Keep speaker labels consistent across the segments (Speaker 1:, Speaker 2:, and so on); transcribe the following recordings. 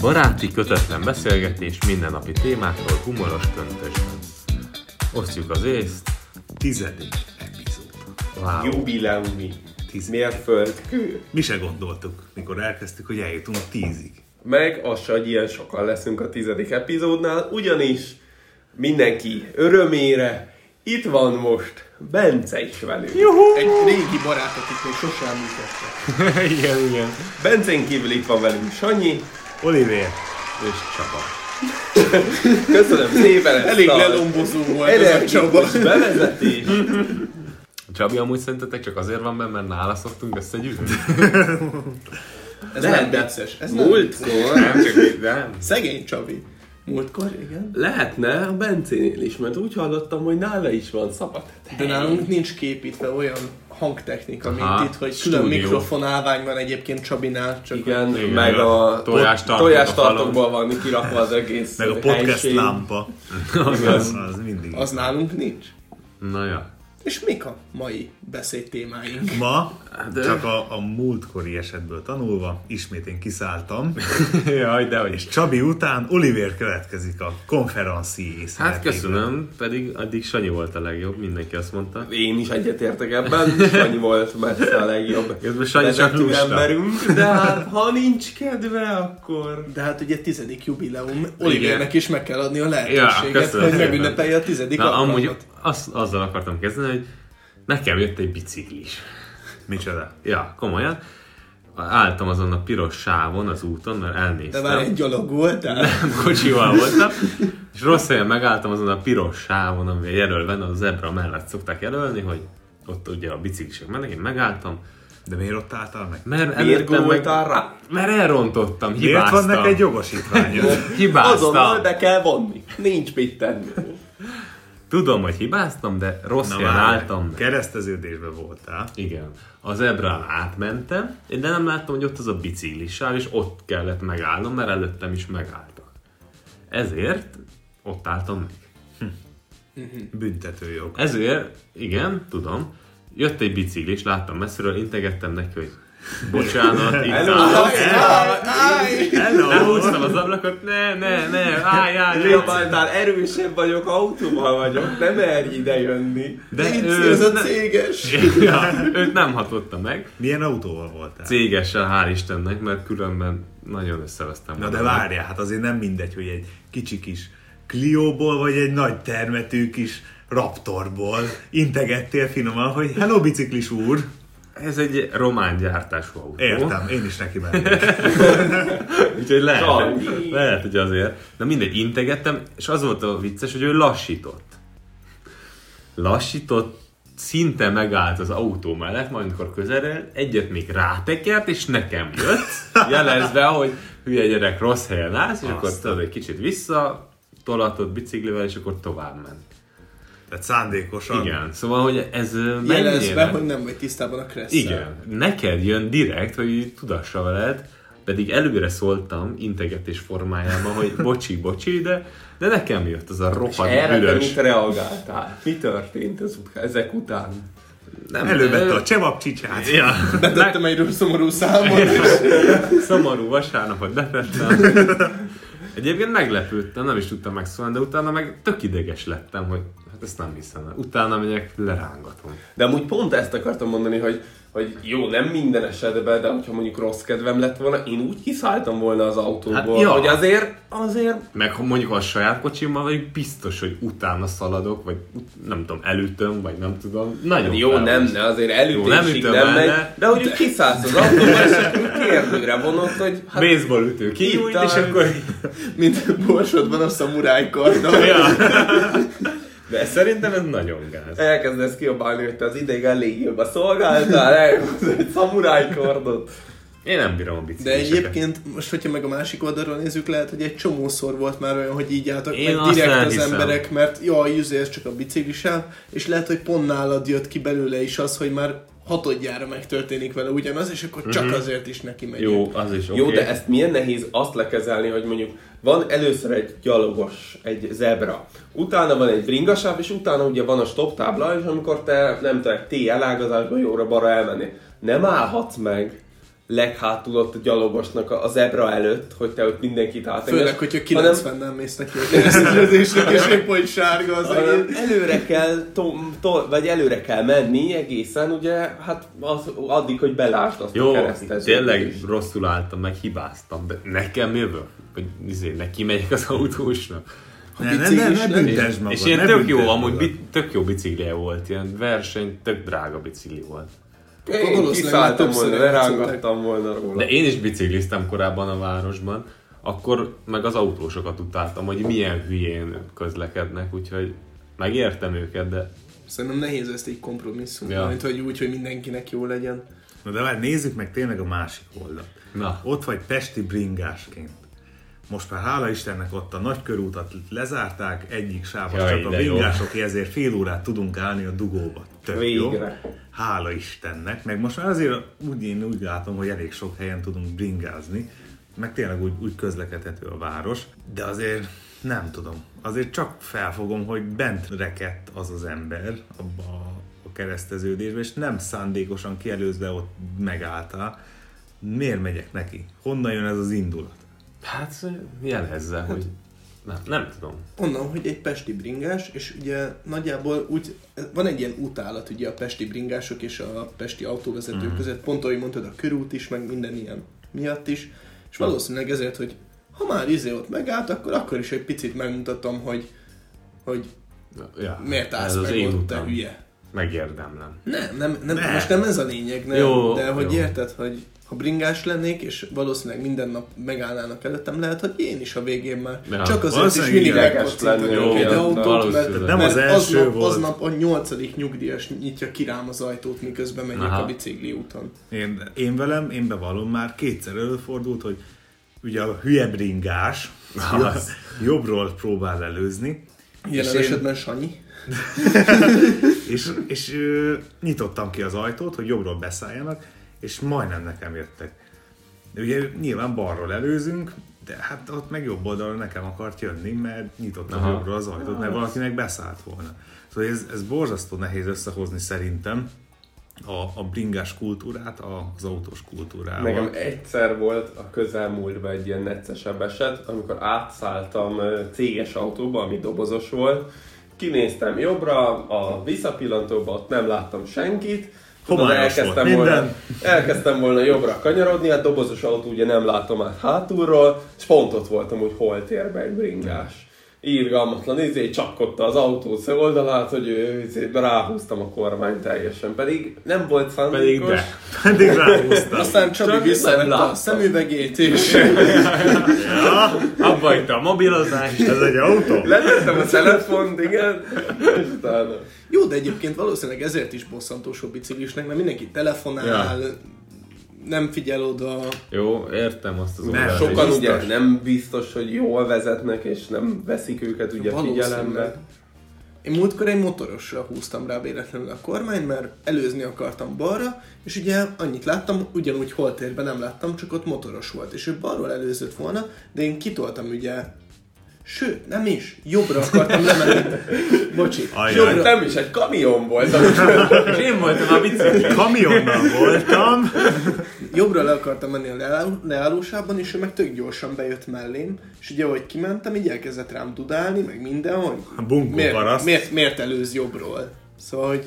Speaker 1: Baráti, kötetlen beszélgetés mindennapi témákról humoros köntösben. Osztjuk az észt.
Speaker 2: Tizedik epizód.
Speaker 1: Wow.
Speaker 3: Jubileumi.
Speaker 2: Tíz.
Speaker 3: Mérföldkő.
Speaker 2: Mi se gondoltuk, mikor elkezdtük, hogy eljutunk tízig.
Speaker 3: Meg az se, hogy ilyen sokan leszünk a tizedik epizódnál, ugyanis mindenki örömére itt van most Bence is velünk. Juhu!
Speaker 4: Egy régi barát, akit még sosem működtek.
Speaker 1: igen, igen.
Speaker 3: Bencén kívül itt van velünk Sanyi
Speaker 2: Oliver,
Speaker 3: és Csaba. Köszönöm szépen ezt
Speaker 4: Elég
Speaker 3: a
Speaker 4: lelombozó volt ez a Csaba.
Speaker 3: energikus bevezetést.
Speaker 1: Csabi, amúgy szerintetek csak azért van benne, mert nála szoktunk összegyűlni?
Speaker 4: Ez
Speaker 3: De-
Speaker 4: nem vicces. Ez nem vicces.
Speaker 3: Múltkor
Speaker 1: nem, csak nem.
Speaker 4: Szegény Csabi. Múltkor, igen.
Speaker 3: lehetne a Bencénél is, mert úgy hallottam, hogy nála is van szabad.
Speaker 4: De nálunk nincs képítve olyan hangtechnika, mint
Speaker 1: Aha,
Speaker 4: itt, hogy külön
Speaker 1: Hát, stúdió.
Speaker 4: mikrofonálvány van egyébként Csabinál, csak
Speaker 3: Igen,
Speaker 1: Igen,
Speaker 3: Igen, meg a
Speaker 1: tojástartók
Speaker 3: tojástartókból van kirakva az egész
Speaker 2: meg a podcast
Speaker 3: helység.
Speaker 2: lámpa.
Speaker 3: Igaz.
Speaker 2: Az, az mindig.
Speaker 4: az nálunk nincs.
Speaker 1: Na ja.
Speaker 4: És mik a mai beszédtémáink?
Speaker 2: Ma,
Speaker 1: De-
Speaker 2: csak a, a múltkori esetből tanulva, ismét én kiszálltam,
Speaker 1: Jaj, de hogy
Speaker 2: és Csabi után Oliver következik a konferenci
Speaker 1: Hát köszönöm, pedig addig Sanyi volt a legjobb, mindenki azt mondta.
Speaker 3: Én is egyetértek ebben, Sanyi volt messze a legjobb.
Speaker 1: Közben Sanyi csak
Speaker 3: vezető
Speaker 1: lusta.
Speaker 3: emberünk, de hát ha nincs kedve, akkor...
Speaker 4: De hát ugye tizedik jubileum, Olivernek is meg kell adni a
Speaker 1: Ja,
Speaker 4: lehetőséget,
Speaker 1: köszönöm
Speaker 4: hogy
Speaker 1: szépen.
Speaker 4: megünnepelje a tizedik
Speaker 1: Na,
Speaker 4: alkalmat.
Speaker 1: amúgy az, azzal akartam kezdeni, hogy nekem jött egy biciklis.
Speaker 2: Micsoda?
Speaker 1: Ja, komolyan. Álltam azon a piros sávon az úton, mert
Speaker 4: De
Speaker 1: elnéztem.
Speaker 4: már egy gyalog voltál.
Speaker 1: kocsival voltam, és rossz helyen megálltam azon a piros sávon, ami jelölve van, a zebra mellett szokták jelölni, hogy ott ugye a biciklisek mennek, én megálltam,
Speaker 2: De miért ott álltál meg?
Speaker 1: mert
Speaker 3: Miért
Speaker 1: előttem
Speaker 3: gomoltál rá?
Speaker 1: mert elrontottam,
Speaker 2: Miért
Speaker 1: hibáztam.
Speaker 2: van neked egy jogosítványod?
Speaker 3: Azonnal
Speaker 1: Hibáztam.
Speaker 3: be kell vonni. Nincs mit tenni.
Speaker 1: Tudom, hogy hibáztam, de rossz helyen
Speaker 2: várj.
Speaker 1: álltam. meg.
Speaker 2: Kereszteződésben voltál.
Speaker 1: Igen. Az ebrán átmentem, de nem láttam, hogy ott az a biciklisáv, és ott kellett megállnom, mert előttem is megálltak. Ezért ott álltam meg.
Speaker 2: Büntetőjog.
Speaker 1: Ezért, igen, tudom, jött egy biciklis, láttam messziről, integettem neki, hogy bocsánat, itt
Speaker 3: Hello.
Speaker 1: állok.
Speaker 4: Áj, áj!
Speaker 2: Hello!
Speaker 1: Lehúztam az ablakot, ne, ne, ne, állj, állj, állj.
Speaker 3: Jobbáltál, erősebb vagyok, autóval vagyok, nem merj ide jönni.
Speaker 4: De
Speaker 1: De
Speaker 4: itt
Speaker 1: ő,
Speaker 4: ez a céges.
Speaker 1: ja, őt nem hatotta meg.
Speaker 2: Milyen autóval voltál?
Speaker 1: Cégesen, hál' Istennek, mert különben nagyon összevesztem.
Speaker 2: Na de
Speaker 1: magam.
Speaker 2: várjál, hát azért nem mindegy, hogy egy kicsi kis Clio-ból, vagy egy nagy termetű kis Raptorból integettél finoman, hogy hello biciklis úr,
Speaker 1: Ez egy román gyártású autó.
Speaker 2: értem, én is neki mennék.
Speaker 1: Úgyhogy lehet,
Speaker 3: Sanyi.
Speaker 1: lehet, hogy azért. Na mindegy, integettem, és az volt a vicces, hogy ő lassított. Lassított, szinte megállt az autó mellett, majd amikor közelre egyet még rátekert, és nekem jött, jelezve, hogy hülye gyerek, rossz helyen állsz, és akkor tudod, egy kicsit vissza, tolatott biciklivel, és akkor tovább ment.
Speaker 2: Tehát szándékosan.
Speaker 1: Igen, szóval, hogy ez ö,
Speaker 4: Jelezve,
Speaker 1: mennyire-
Speaker 4: hogy nem vagy tisztában a kresszel.
Speaker 1: igen, neked jön direkt, hogy tudassa veled, pedig előre szóltam integetés formájában, hogy bocsi, bocsi, de, de nekem jött az a
Speaker 3: Erre
Speaker 1: rohadt
Speaker 3: te
Speaker 1: büdös.
Speaker 3: mit reagáltál? Mi történt ez, ezek után?
Speaker 1: Nem,
Speaker 2: Elővette a csevap csicsát.
Speaker 1: Ja,
Speaker 4: Betettem egy szomorú számot, és
Speaker 1: szomorú vasárnapot betettem. Egyébként meglepődtem, nem is tudtam megszólni, de utána meg tök ideges lettem, hogy hát ezt nem hiszem el. Utána megyek, lerángatom.
Speaker 3: De amúgy pont ezt akartam mondani, hogy, hogy jó, nem minden esetben, de hogyha mondjuk rossz kedvem lett volna, én úgy kiszálltam volna az autóból,
Speaker 1: Hát, ja.
Speaker 3: hogy azért, azért
Speaker 1: Meg ha mondjuk ha a saját kocsimmal vagyok, biztos, hogy utána szaladok, vagy ut- nem tudom, előttem, vagy nem tudom. Nagyon
Speaker 3: jó,
Speaker 1: felhúztam.
Speaker 3: nem, ne, azért
Speaker 1: Jó, nem
Speaker 3: elütésig
Speaker 1: ütöm
Speaker 3: nem, nem
Speaker 1: el,
Speaker 3: megy,
Speaker 1: de-
Speaker 3: de hogy úgy kiszállsz az autóból, és akkor kérdőre vonod, hogy
Speaker 1: Hát, baseball ütő kinyújt,
Speaker 3: Itt
Speaker 1: és
Speaker 3: áll.
Speaker 1: akkor...
Speaker 4: mint borsodban a szamuráj kardon.
Speaker 1: De szerintem ez nagyon gáz.
Speaker 3: elkezdesz kiabálni, hogy te az ideig elég jobb a szolgáltál, elhúzod egy szamuráj kordot.
Speaker 1: Én nem bírom a
Speaker 4: De
Speaker 1: bicikliseket.
Speaker 4: egyébként, most hogyha meg a másik oldalról nézzük, lehet, hogy egy csomószor volt már olyan, hogy így álltak
Speaker 1: Én azt
Speaker 4: meg direkt az
Speaker 1: elhiszem.
Speaker 4: emberek, mert jaj, jüzé, ez csak a biciklisám, és lehet, hogy pont nálad jött ki belőle is az, hogy már hatodjára megtörténik vele ugyanaz, és akkor csak azért is neki megy.
Speaker 1: Mhm. Jó, az is oké.
Speaker 3: Jó, de ezt milyen nehéz azt lekezelni, hogy mondjuk van először egy gyalogos, egy zebra, utána van egy bringasáv, és utána ugye van a stop tábla, és amikor te nem tudom, T elágazásban jóra balra elmenni, nem állhatsz meg. leghátul ott a gyalogosnak a, a zebra előtt, hogy te ott mindenkit áteges.
Speaker 4: Főleg, hogyha 90 nem mész neki a kereszteződésnek, és épp hogy sárga az
Speaker 3: hanem, hanem
Speaker 4: egész.
Speaker 3: előre kell, tom, to, vagy előre kell menni egészen, ugye, hát az, addig, hogy belásd azt a
Speaker 1: Jó,
Speaker 3: kereszteződést.
Speaker 1: tényleg rosszul álltam, meg hibáztam, de nekem jövök? Vagy izé, neki megyek az autósnak.
Speaker 2: Ne, ne, ne, ne
Speaker 4: biciklis nem
Speaker 1: És-
Speaker 2: büntesd magad.
Speaker 1: És ilyen
Speaker 2: ne
Speaker 1: tök
Speaker 2: büntesd
Speaker 1: jó, amúgy
Speaker 2: magad.
Speaker 1: bi, tök jó biciklije volt, ilyen verseny, tök drága bicikli volt.
Speaker 4: Akkor
Speaker 3: Én
Speaker 4: valószínűleg
Speaker 3: kiszálltam
Speaker 4: többször
Speaker 3: volna,
Speaker 4: játszottak.
Speaker 3: lerángattam volna róla.
Speaker 1: De én is bicikliztem korábban a városban, akkor meg az autósokat utáltam, hogy milyen hülyén közlekednek, úgyhogy megértem őket, de
Speaker 4: Szerintem nehéz ezt így kompromisszum,
Speaker 1: Ja.
Speaker 4: ja. mint hogy úgy, hogy mindenkinek jó legyen.
Speaker 2: Na de várj, nézzük meg tényleg a másik oldalt.
Speaker 1: Na.
Speaker 2: Ott vagy pesti bringásként. Most már hála Istennek ott a nagy körútat lezárták, egyik sávos
Speaker 1: Jaj,
Speaker 2: csak a
Speaker 1: de jó.
Speaker 2: bringások, ezért fél órát tudunk állni a dugóba. Tök
Speaker 3: Végre.
Speaker 2: Jó? Hála Istennek, meg most már azért úgy, én úgy látom, hogy elég sok helyen tudunk bringázni, meg tényleg úgy, úgy közlekedhető a város, de azért nem tudom. Azért csak felfogom, hogy bent rekedt az az ember abba a- a kereszteződésbe, és nem szándékosan kielőzve ott megálltál. Miért megyek neki? Honnan jön ez az indulat?
Speaker 1: hát jelezze, hogy nem, nem tudom.
Speaker 4: Onnan, hogy egy pesti bringás, és ugye nagyjából úgy, van egy ilyen utálat ugye a pesti bringások és a pesti autóvezetők
Speaker 1: Mhm.
Speaker 4: mm. között, pont ahogy mondtad, a körút is, meg minden ilyen miatt is, és valószínűleg ezért, hogy ha már izé ott megállt, akkor akkor is egy picit megmutatom, hogy, hogy
Speaker 1: Ja,
Speaker 4: miért
Speaker 1: ez
Speaker 4: állsz
Speaker 1: az
Speaker 4: meg
Speaker 1: én
Speaker 4: ott, te
Speaker 1: utam.
Speaker 4: hülye.
Speaker 1: Megérdemlem.
Speaker 4: Nem, nem, nem,
Speaker 2: Ne.
Speaker 4: ne. most nem ez a lényeg, nem,
Speaker 1: Jó,
Speaker 4: de hogy
Speaker 1: jó.
Speaker 4: érted, hogy ha bringás lennék, és valószínűleg minden nap megállnának előttem, lehet, hogy én is a végén már.
Speaker 1: Ja,
Speaker 4: Ja, Csak azért is
Speaker 2: valószínűleg
Speaker 4: mindig
Speaker 3: ideges
Speaker 4: megkocintanék
Speaker 1: lennél.
Speaker 4: egy
Speaker 1: Jó,
Speaker 4: autót,
Speaker 1: valószínűleg.
Speaker 4: mert,
Speaker 1: Nem
Speaker 4: mert
Speaker 2: az első
Speaker 4: aznap,
Speaker 2: volt.
Speaker 4: aznap a nyolcadik nyugdíjas nyitja ki rám az ajtót, miközben megyek
Speaker 1: Aha.
Speaker 4: Aha. a bicikli úton.
Speaker 2: Én, én velem, én bevallom, már kétszer előfordult, hogy ugye a hülye bringás
Speaker 1: Az.
Speaker 2: jobbról próbál előzni,
Speaker 4: Jelen
Speaker 2: én-
Speaker 4: esetben Sanyi.
Speaker 2: és, és ö, nyitottam ki az ajtót, hogy jobbról beszálljanak, és majdnem nekem jöttek. De ugye nyilván balról előzünk, de hát ott meg jobb oldalról nekem akart jönni, mert nyitottam Aha.
Speaker 1: Aha.
Speaker 2: jobbról az ajtót, mert valakinek beszállt volna. Szóval ez, ez borzasztó nehéz összehozni szerintem a, a bringás kultúrát a- az autós kultúrával.
Speaker 3: Nekem egyszer volt a közelmúltban egy ilyen neccesebb eset, amikor átszálltam ö, céges autóba, ami dobozos volt, kinéztem jobbra, a visszapillantóba ott nem láttam senkit, Tudod,
Speaker 2: Homályos volt
Speaker 3: volna,
Speaker 2: minden.
Speaker 3: elkezdtem volna jobbra kanyarodni, hát dobozos autó ugye nem látom át hátulról, és pont ott voltam, hogy hol tér be egy bringás. Írgalmatlan, izé csapkodta az autó oldalát, hogy ő, izé, ráhúztam a kormány teljesen, pedig nem volt szándékos.
Speaker 1: Pedig de.
Speaker 2: Pedig ráhúztam.
Speaker 4: Aztán Csabi
Speaker 3: Csak nem
Speaker 4: visszavette
Speaker 3: láttam.
Speaker 4: a szemüvegét, és
Speaker 1: Abba itt a mobilozás.
Speaker 2: Ez egy autó?
Speaker 3: Letettem a telefont, igen, és utána.
Speaker 4: Jó, de egyébként valószínűleg ezért is bosszantósabb biciklisnek, mert mindenki telefonál, ja. nem figyel oda,
Speaker 1: Jó, értem azt az
Speaker 2: Nem,
Speaker 1: oldalt.
Speaker 2: sokan
Speaker 3: Sokan
Speaker 1: is.
Speaker 3: ugye nem biztos, hogy jól vezetnek, és nem veszik őket ugye
Speaker 4: Valószínűleg.
Speaker 3: figyelembe.
Speaker 4: Én múltkor egy motorosra húztam rá véletlenül a kormányt, mert előzni akartam balra, és ugye annyit láttam, ugyanúgy holtérben nem láttam, csak ott motoros volt, és ő balról előzött volna, de én kitoltam ugye, sőt, nem is, jobbra akartam lemenni. Bocsi,
Speaker 2: Ajaj.
Speaker 3: Jó,
Speaker 4: jobbra,
Speaker 3: nem is, egy kamion volt. ami-
Speaker 1: És én voltam a bicikli.
Speaker 2: Kamionnal voltam.
Speaker 4: jobbra le akartam menni a leáll- leállósában, és ő meg tök gyorsan bejött mellém, és ugye ahogy kimentem, így elkezdett rám dudálni, meg minden, hogy
Speaker 2: Bunkó
Speaker 4: miért,
Speaker 2: paraszt.
Speaker 4: miért, miért előz jobbról? Szóval, hogy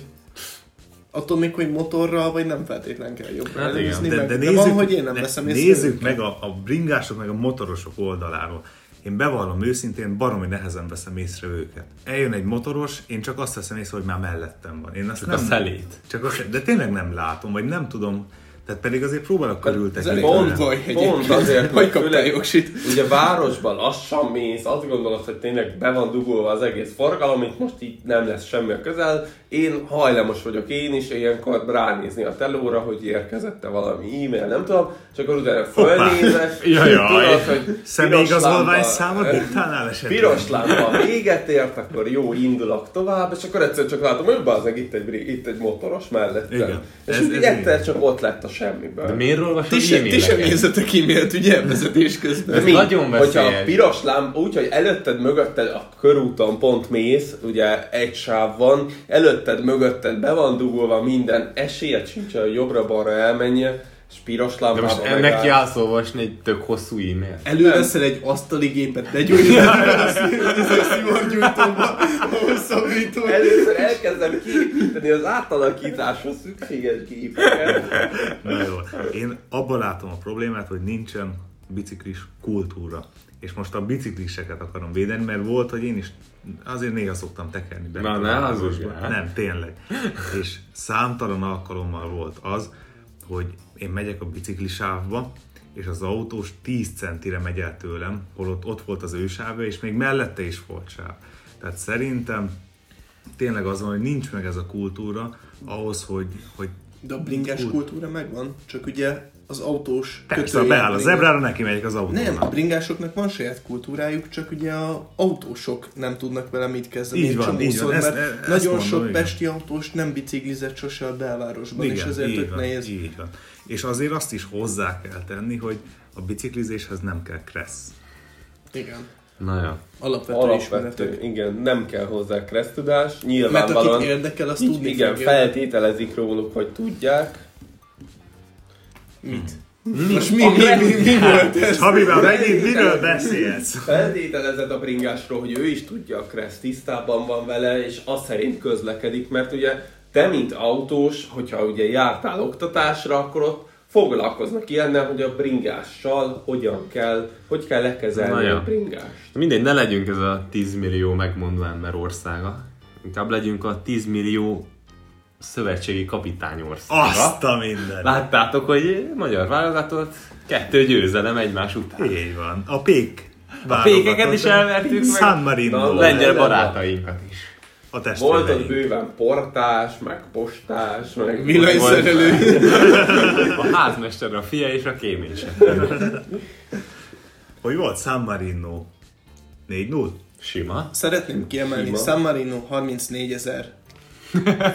Speaker 4: attól még, hogy motorral, vagy nem feltétlen kell jobbra
Speaker 1: Hát igen,
Speaker 4: előzni,
Speaker 2: De,
Speaker 4: meg,
Speaker 2: de, nézzük,
Speaker 4: van, hogy én nem
Speaker 2: ne-
Speaker 4: veszem észre.
Speaker 2: Nézzük meg a, a bringások, meg a motorosok oldaláról. Én bevallom őszintén, baromi nehezen veszem észre őket. Eljön egy motoros, én csak azt veszem észre, hogy már mellettem van. Én azt
Speaker 1: Csak a
Speaker 2: nem,
Speaker 1: szelét.
Speaker 2: Csak a, szel- de tényleg nem látom, vagy nem tudom. Tehát pedig azért próbálok
Speaker 4: Ez
Speaker 2: körültekinteni.
Speaker 4: elég
Speaker 3: Pont-
Speaker 4: pont, baj
Speaker 3: pont
Speaker 4: egyébként,
Speaker 3: azért,
Speaker 4: hogy
Speaker 3: mert
Speaker 4: kaptál
Speaker 3: főleg-
Speaker 4: jogsit.
Speaker 3: Ugye városban lassan mész, azt gondolod, hogy tényleg be van dugolva az egész forgalom, itt most így nem lesz semmi a közel. Én hajlamos vagyok én is ilyenkor ránézni a telóra, hogy érkezette valami e-mail, nem tudom, és akkor utána fölnézek,
Speaker 2: Jaj, jaj.
Speaker 3: tudod, hogy
Speaker 2: Személyigazolvány
Speaker 3: piros
Speaker 2: számot
Speaker 3: lámpa-
Speaker 2: diktálnál esetleg?
Speaker 3: Piros lámpa véget ért, akkor jó, indulok tovább, és akkor egyszer csak látom, hogy bazdmeg, itt egy, bri- itt egy motoros mellett.
Speaker 2: Igen. Ez-
Speaker 3: És ez,
Speaker 2: ez
Speaker 3: így egyszer
Speaker 2: igen.
Speaker 3: csak ott lett a semmiből.
Speaker 1: De miért
Speaker 4: Ti
Speaker 1: olvasod
Speaker 4: sem, ti sem
Speaker 1: e-maileket?
Speaker 4: nézzetek e-mailt, ugye, vezetés
Speaker 3: De
Speaker 4: közben.
Speaker 1: Mi? nagyon
Speaker 3: Hogyha
Speaker 1: veszélyes.
Speaker 3: a piros lámpa, úgyhogy előtted, mögötted a körúton pont mész, ugye egy sáv van, előtted, mögötted be van dugolva minden, esélyed sincs, hogy jobbra-balra elmenje, és piros
Speaker 1: De
Speaker 3: lámpában
Speaker 1: most ennek jársz olvasni egy tök hosszú e-mail.
Speaker 4: Előveszel egy asztaligépet, legyújtod az a szivargyújtóba, ahol szorító.
Speaker 3: Először elkezdem kiépíteni az átalakításhoz szükséges gépeket.
Speaker 2: Na jó. Én abban látom a problémát, hogy nincsen biciklis kultúra. És most a bicikliseket akarom védeni, mert volt, hogy én is azért néha szoktam tekerni be.
Speaker 1: Na, ne hazudj el.
Speaker 2: Nem, tényleg. És számtalan alkalommal volt az, hogy én megyek a biciklisávba, és az autós 10 centire megy el tőlem, holott ott volt az ő sávja, és még mellette is volt sáv. Tehát szerintem tényleg az van, hogy nincs meg ez a kultúra ahhoz, hogy, hogy
Speaker 4: De a bringás kultúra megvan, csak ugye az autós
Speaker 2: Persze,
Speaker 4: kötője
Speaker 2: beáll a
Speaker 4: bringás.
Speaker 2: zebrára, neki megyek az autónak.
Speaker 4: Nem, a bringásoknak van saját kultúrájuk, csak ugye a autósok nem tudnak vele mit kezdeni.
Speaker 2: Így
Speaker 4: egy
Speaker 2: van,
Speaker 4: csomószor,
Speaker 2: így van, ezt-
Speaker 4: mert
Speaker 2: ezt
Speaker 4: nagyon
Speaker 2: mondom,
Speaker 4: sok
Speaker 2: igen.
Speaker 4: pesti autós nem biciklizett sose a belvárosban, és ezért
Speaker 2: így
Speaker 4: tök
Speaker 2: van,
Speaker 4: nehéz.
Speaker 2: Így van. És azért azt is hozzá kell tenni, hogy a biciklizéshez nem kell kressz.
Speaker 4: Igen.
Speaker 1: Na jó.
Speaker 4: Alapvető,
Speaker 3: Alapvető,
Speaker 4: ismeretek.
Speaker 3: igen, nem kell hozzá kresztudás,
Speaker 4: Mert
Speaker 3: nyilvánvalóan.
Speaker 4: akit érdekel, azt
Speaker 3: Így,
Speaker 4: tudni
Speaker 3: igen,
Speaker 4: fogja.
Speaker 3: feltételezik róluk, hogy tudják.
Speaker 4: Mit? Most mi, mi, mi, mi volt ez?
Speaker 2: Habibám, megint miről beszélsz?
Speaker 3: Feltételezed a bringásról, hogy ő is tudja a Crest, tisztában van vele, és azt szerint közlekedik, mert ugye te, mint autós, hogyha ugye jártál oktatásra, akkor ott foglalkoznak ilyennel, hogy a bringással hogyan kell, hogy kell
Speaker 1: Na
Speaker 3: lekezelni
Speaker 1: ja.
Speaker 3: a bringást.
Speaker 1: Mindegy, ne legyünk ez a 10 millió megmondó ember országa. Inkább legyünk a 10 millió szövetségi kapitány országa.
Speaker 2: Azt a minden.
Speaker 1: Láttátok, hogy magyar válogatott kettő győzelem egymás után.
Speaker 2: Így van. A pék.
Speaker 1: A pékeket is elvertük meg.
Speaker 2: San Marino.
Speaker 3: Na,
Speaker 1: Lengyel barátainkat is.
Speaker 2: A
Speaker 3: Volt ott
Speaker 2: testvéreink.
Speaker 3: bőven portás, meg postás, meg...
Speaker 4: Villanyszerelő.
Speaker 1: A házmester, a fia és a kémése.
Speaker 2: Hogy volt San Marino. 4-0?
Speaker 1: Sima.
Speaker 4: Szeretném kiemelni,
Speaker 3: Sima.
Speaker 4: San Marino 34 ezer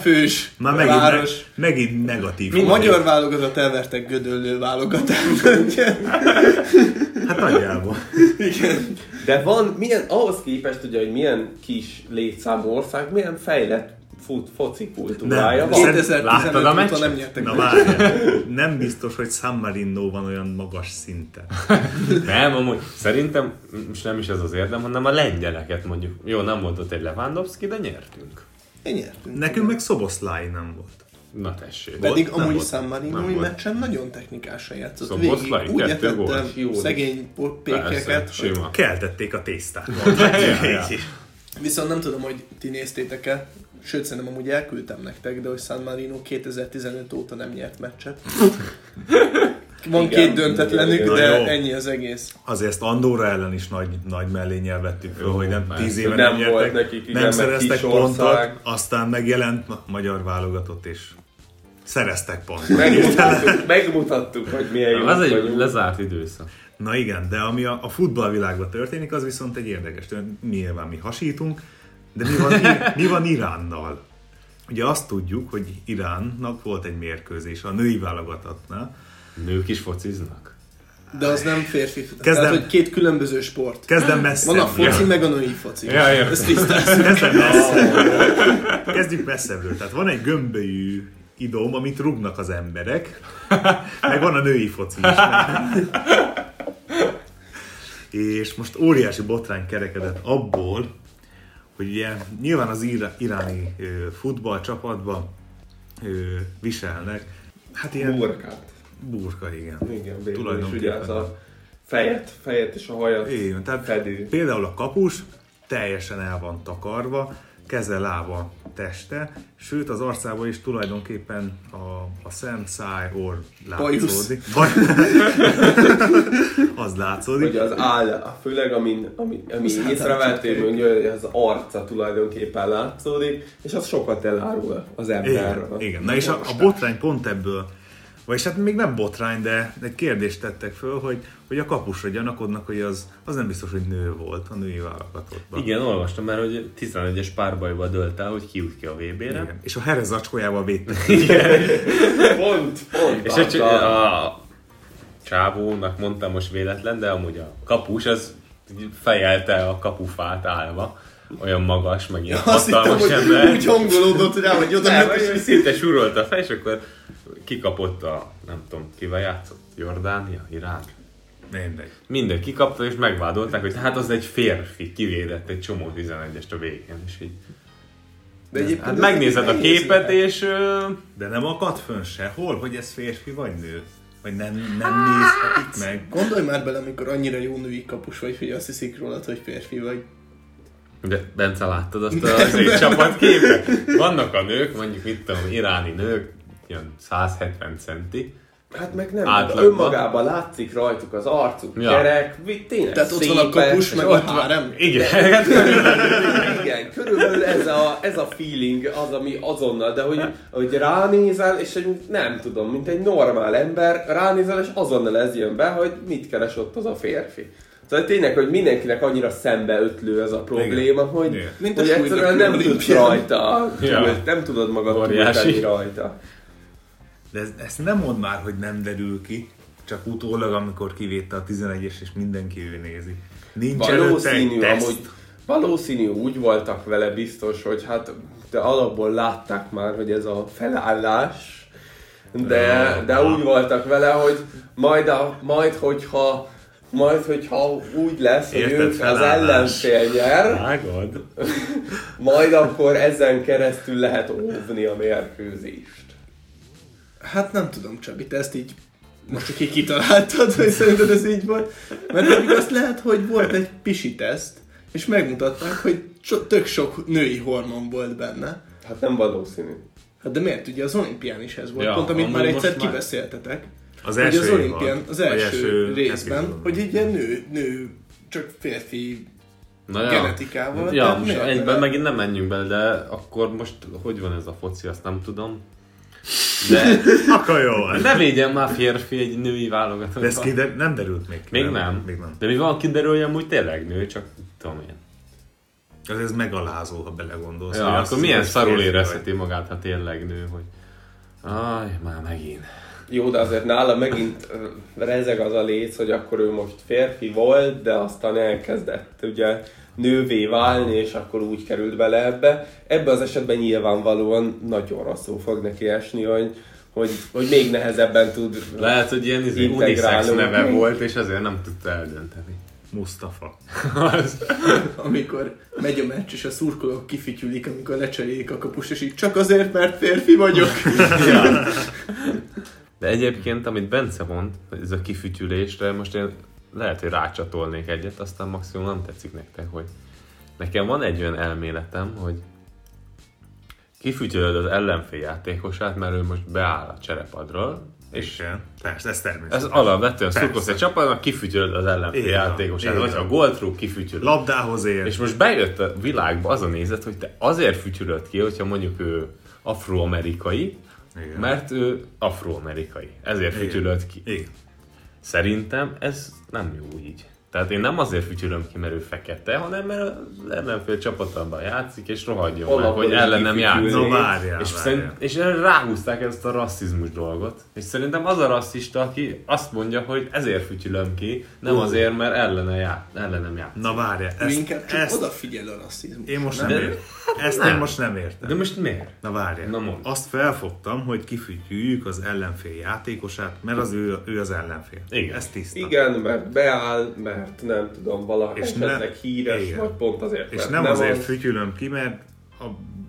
Speaker 4: fős
Speaker 2: Már megint, ne,
Speaker 4: város.
Speaker 2: megint negatív.
Speaker 4: A magyar válogatott elvertek gödöllő válogatást.
Speaker 2: Hát nagyjából.
Speaker 4: Igen.
Speaker 3: De van, milyen, ahhoz képest ugye, hogy milyen kis létszámú ország, milyen fejlett fut, foci kultúrája
Speaker 2: Nem,
Speaker 3: van.
Speaker 2: szerint-
Speaker 4: 2015
Speaker 1: láttad a
Speaker 4: óta
Speaker 1: meccset?
Speaker 4: nem nyertek
Speaker 2: Na
Speaker 4: meg.
Speaker 2: várjál. Nem biztos, hogy San Marino van olyan magas szinten.
Speaker 1: Nem, amúgy szerintem most nem is ez az érdem, hanem a lengyeleket mondjuk. Jó, nem volt ott egy Lewandowski, de nyertünk.
Speaker 4: Mi nyertünk.
Speaker 2: Nekünk meg Szoboszlái nem volt.
Speaker 1: Na tessék.
Speaker 4: Pedig
Speaker 1: Volt? Nem
Speaker 4: amúgy
Speaker 1: volt.
Speaker 4: San
Speaker 1: Nem
Speaker 4: Marinoi
Speaker 1: volt.
Speaker 4: meccsen nagyon technikásan játszott.
Speaker 1: Szoboszlai,
Speaker 4: Végig úgy
Speaker 1: kettő
Speaker 4: etettem
Speaker 1: gólt.
Speaker 3: Jó.
Speaker 4: szegény po-
Speaker 1: Persze,
Speaker 4: pékeket. hogy-
Speaker 1: sima.
Speaker 2: Keltették a tésztát.
Speaker 1: ja.
Speaker 4: Viszont nem tudom, hogy ti néztétek-e, sőt szerintem amúgy elküldtem nektek, de hogy San Marino 2015 óta nem nyert meccset. Van
Speaker 3: Igen.
Speaker 4: két döntetlenük,
Speaker 2: Na
Speaker 4: de
Speaker 2: jó.
Speaker 4: ennyi az egész.
Speaker 2: Azért ezt Andorra ellen is nagy, nagy mellényel vettük föl,
Speaker 1: Jó,
Speaker 2: hogy nem
Speaker 1: persze.
Speaker 2: tíz éve
Speaker 3: Nem
Speaker 2: nem,
Speaker 3: volt
Speaker 2: nyertek,
Speaker 3: nekik, igen,
Speaker 2: nem
Speaker 3: meg
Speaker 2: szereztek
Speaker 3: kis ország.
Speaker 2: pontot, aztán megjelent ma- magyar válogatott, és szereztek pontot.
Speaker 3: Megmutattuk, megmutattuk, hogy milyen jó
Speaker 1: Az egy
Speaker 3: vagyunk.
Speaker 1: lezárt időszak.
Speaker 2: Na igen, de ami a, a futballvilágban történik, az viszont egy érdekes. történet. Nyilván mi hasítunk, de mi van, Ir- mi van Iránnal? Ugye azt tudjuk, hogy Iránnak volt egy mérkőzés a női válogatatnál.
Speaker 1: Nők is fociznak.
Speaker 4: De az nem férfi.
Speaker 2: Kezdem.
Speaker 4: Tehát, hogy két különböző sport.
Speaker 2: Kezdem messze.
Speaker 4: Van a foci, meg a női foci.
Speaker 1: Ja, ja.
Speaker 4: Ezt tisztázzuk.
Speaker 2: Kezdem messzebbről. Kezdjük messzebbről. Tehát van egy gömbölyű idóm, amit rúgnak az emberek, meg van a női foci is. És most óriási botrány kerekedett abból, hogy ugye nyilván az ir- iráni ö, futballcsapatban ö, viselnek, hát ilyen
Speaker 3: burkát.
Speaker 2: burka, igen.
Speaker 3: Igen, végül is ugye
Speaker 2: Tulajdonképpen.
Speaker 3: ez a fejet, fejet és a hajat.
Speaker 2: Így van, tehát
Speaker 3: Fedő.
Speaker 2: például a kapus teljesen el van takarva, keze, lába, teste, sőt az arcába is tulajdonképpen a, a szem, száj, orr látszódik. Baj. az látszódik.
Speaker 3: Ugye az áll, főleg amin, ami, ami észrevettél, hogy az arca tulajdonképpen látszódik, és az sokat elárul az
Speaker 2: Igen,
Speaker 3: emberről.
Speaker 2: igen. Na és a, a botrány pont ebből, vagyis hát még nem botrány, de egy kérdést tettek föl, hogy, hogy a kapusra gyanakodnak, hogy az, az nem biztos, hogy nő volt a női válogatottban.
Speaker 1: Igen, olvastam már, hogy 11-es párbajba dölt el, hogy kiút ki a VB-re.
Speaker 2: Igen. És a herez zacskójával védtek.
Speaker 3: Pont, pont.
Speaker 1: És
Speaker 3: azzal.
Speaker 1: egy, a csávónak mondtam most véletlen, de amúgy a kapus az így fejelte a kapufát állva. Olyan magas, meg ilyen
Speaker 4: Azt hittem,
Speaker 1: hatalmas
Speaker 4: hogy
Speaker 1: ember.
Speaker 4: úgy hangolódott rá, hogy oda
Speaker 1: Nem,
Speaker 4: ment, és
Speaker 1: és
Speaker 4: visz-
Speaker 1: szinte súrolta a fej, és akkor kikapott a, nem tudom, kivel játszott, Jordánia, Irán.
Speaker 2: Mindegy.
Speaker 1: Minden kikapta, és megvádolták, hogy hát az egy férfi, kivédett egy csomó 11-est a végén, és így.
Speaker 4: De egyébként
Speaker 1: Hát
Speaker 4: az
Speaker 1: megnézed a
Speaker 4: egy nehéz
Speaker 1: képet,
Speaker 4: világ.
Speaker 1: és ö,
Speaker 2: De nem akad fönn sehol, hogy ez férfi vagy nő? Vagy nem, nem nézhetik meg?
Speaker 4: Gondolj már bele, amikor annyira jó női kapus vagy, hogy azt hiszik rólad, hogy férfi vagy.
Speaker 1: De Bence, láttad azt az én csapatképet? Vannak a nők, mondjuk mit tudom, iráni nők, ilyen 170 centi.
Speaker 3: Hát meg nem,
Speaker 1: Átlagban.
Speaker 3: önmagában látszik rajtuk az arcuk,
Speaker 1: Ja.
Speaker 3: ja. kerek, vi- tényleg
Speaker 4: Tehát ott van
Speaker 3: szépek,
Speaker 4: a kapus,
Speaker 3: és
Speaker 4: meg
Speaker 3: ott
Speaker 4: a
Speaker 3: van-
Speaker 4: hárem.
Speaker 1: Igen, hát
Speaker 3: Igen, körülbelül ez a, ez a feeling az, ami azonnal, de hogy, hogy ránézel, és egy, nem tudom, mint egy normál ember, ránézel, és azonnal ez jön be, hogy mit keres ott az a férfi. Szóval tényleg, hogy mindenkinek annyira szembeötlő ez a probléma,
Speaker 2: Igen.
Speaker 3: hogy,
Speaker 2: Igen.
Speaker 4: Mint a
Speaker 3: hogy
Speaker 4: súlynak
Speaker 3: egyszerűen nem
Speaker 4: olimpián.
Speaker 3: tudsz rajta,
Speaker 1: Ja.
Speaker 3: túl, nem tudod magad
Speaker 1: Óriási.
Speaker 3: túltenni rajta.
Speaker 2: De ez, ezt nem mond már, hogy nem derül ki, csak utólag, amikor kivédte a 11-es, és mindenki ő nézi. Nincs előtte egy
Speaker 3: Valószínű,
Speaker 2: teszt.
Speaker 3: amúgy, valószínű úgy voltak vele biztos, hogy hát de alapból látták már, hogy ez a felállás, de, de úgy voltak vele, hogy majd, a, majd hogyha majd, hogyha úgy lesz, hogy
Speaker 2: Érted,
Speaker 3: ők az
Speaker 2: felállás.
Speaker 3: ellenfél nyer,
Speaker 1: vágod.
Speaker 3: majd akkor ezen keresztül lehet óvni a mérkőzést.
Speaker 4: Hát nem tudom, Csabi, te ezt így most csak így kitaláltad, hogy szerinted ez így van. Mert pedig azt lehet, hogy volt egy pisi teszt, és megmutatták, hogy so- tök sok női hormon volt benne.
Speaker 3: Hát nem valószínű.
Speaker 4: Hát de miért? Ugye az olimpián is ez volt,
Speaker 1: Ja,
Speaker 4: ja, pont amit
Speaker 1: amúgy
Speaker 4: már
Speaker 1: most
Speaker 4: egyszer
Speaker 1: már-
Speaker 4: kibeszéltetek.
Speaker 2: Az
Speaker 4: hogy az
Speaker 2: első
Speaker 4: olimpián,
Speaker 2: évad,
Speaker 4: az
Speaker 2: vagy
Speaker 4: első,
Speaker 2: első
Speaker 4: részben,
Speaker 2: epizódban.
Speaker 4: hogy egy ilyen nő, nő, csak férfi
Speaker 1: Na ja.
Speaker 4: Genetikával,
Speaker 1: Ja,
Speaker 4: tehát
Speaker 1: most
Speaker 4: miért
Speaker 1: egyben
Speaker 4: bele?
Speaker 1: megint nem menjünk bele, de akkor most hogy van ez a foci, azt nem tudom. De
Speaker 2: Akkor jó van.
Speaker 1: ne védjen már férfi egy női válogatott.
Speaker 2: De ez kider- nem derült még ki.
Speaker 1: Még nem.
Speaker 2: Még nem.
Speaker 1: De mi van, kiderül, hogy amúgy tényleg nő, csak tudom én.
Speaker 2: Ez, ez megalázó, ha belegondolsz.
Speaker 1: Ja,
Speaker 2: hogy azt
Speaker 1: akkor milyen
Speaker 2: hiszed,
Speaker 1: szarul
Speaker 2: férfi
Speaker 1: érezheti
Speaker 2: vagy.
Speaker 1: magát, ha tényleg nő, hogy... Aj, már megint.
Speaker 3: Jó, de azért nála megint ö, rezeg az a léc, hogy akkor ő most férfi volt, de aztán elkezdett ugye nővé válni, és akkor úgy került bele ebbe. Ebbe az esetben nyilvánvalóan nagyon rosszul fog neki esni, hogy, hogy, hogy még nehezebben tud.
Speaker 1: Lehet, hogy ilyen izé, unisex
Speaker 3: Integrálunk.
Speaker 1: neve volt, és azért nem tudta eldönteni.
Speaker 2: Mustafa.
Speaker 1: Az-
Speaker 4: amikor megy a meccs, és a szurkolók kifityülik, amikor lecserélik a kapust, és így csak azért, mert férfi vagyok.
Speaker 1: De egyébként, amit Bence mond, ez a kifütyülésre, most én lehet, hogy rácsatolnék egyet, aztán maximum nem tetszik nektek, hogy nekem van egy olyan elméletem, hogy kifütyölöd az ellenfél játékosát, mert ő most beáll a cserepadról, és
Speaker 2: És persze, ez természetes.
Speaker 1: ez alapvetően
Speaker 2: Persze.
Speaker 1: szurkolsz egy csapatnak, kifütyölöd az ellenfél
Speaker 2: Igen,
Speaker 1: játékosát,
Speaker 2: igen.
Speaker 1: vagy a gólt rúg, kifütyölöd.
Speaker 2: Labdához ér.
Speaker 1: És
Speaker 2: És
Speaker 1: most bejött a világba az a nézet, hogy te azért fütyülöd ki, hogyha mondjuk ő afroamerikai,
Speaker 2: Igen.
Speaker 1: mert ő afroamerikai. Ezért
Speaker 2: Igen.
Speaker 1: fütyülöd ki.
Speaker 2: igen.
Speaker 1: Szerintem ez nem jó így. Tehát én nem azért fütyülöm ki, mert ő fekete, hanem mert az ellenfél csapatomban játszik, és rohadjon meg,
Speaker 3: Alapból
Speaker 1: hogy
Speaker 3: is
Speaker 1: ellenem
Speaker 3: kifütyülni.
Speaker 1: játszik.
Speaker 2: Na várjál,
Speaker 1: És,
Speaker 2: és
Speaker 1: szerint, és erre ráhúzták ezt a rasszizmus dolgot. És szerintem az a rasszista, aki azt mondja, hogy ezért fütyülöm ki, nem
Speaker 2: Ú.
Speaker 1: azért, mert ellene já, ellenem játszik.
Speaker 2: Na várjál,
Speaker 4: Ezt,
Speaker 2: ezt,
Speaker 4: inkább csak
Speaker 2: ezt,
Speaker 4: odafigyel a rasszizmus.
Speaker 2: én most nem,
Speaker 1: De-
Speaker 2: értem. Ezt
Speaker 1: nem.
Speaker 2: én most nem értem.
Speaker 1: De most miért?
Speaker 2: Na várjál.
Speaker 1: Na mondd.
Speaker 2: Azt felfogtam, hogy kifütyüljük az ellenfél játékosát, mert az ő, ő az ellenfél.
Speaker 1: Igen.
Speaker 2: Ez tiszta.
Speaker 3: Igen, mert beáll, mert nem tudom, valahogy
Speaker 2: És nem-
Speaker 3: esetleg híres,
Speaker 2: igen.
Speaker 3: vagy pont azért,
Speaker 2: És
Speaker 3: mert
Speaker 2: nem, azért
Speaker 3: az.
Speaker 2: fütyülöm ki, mert a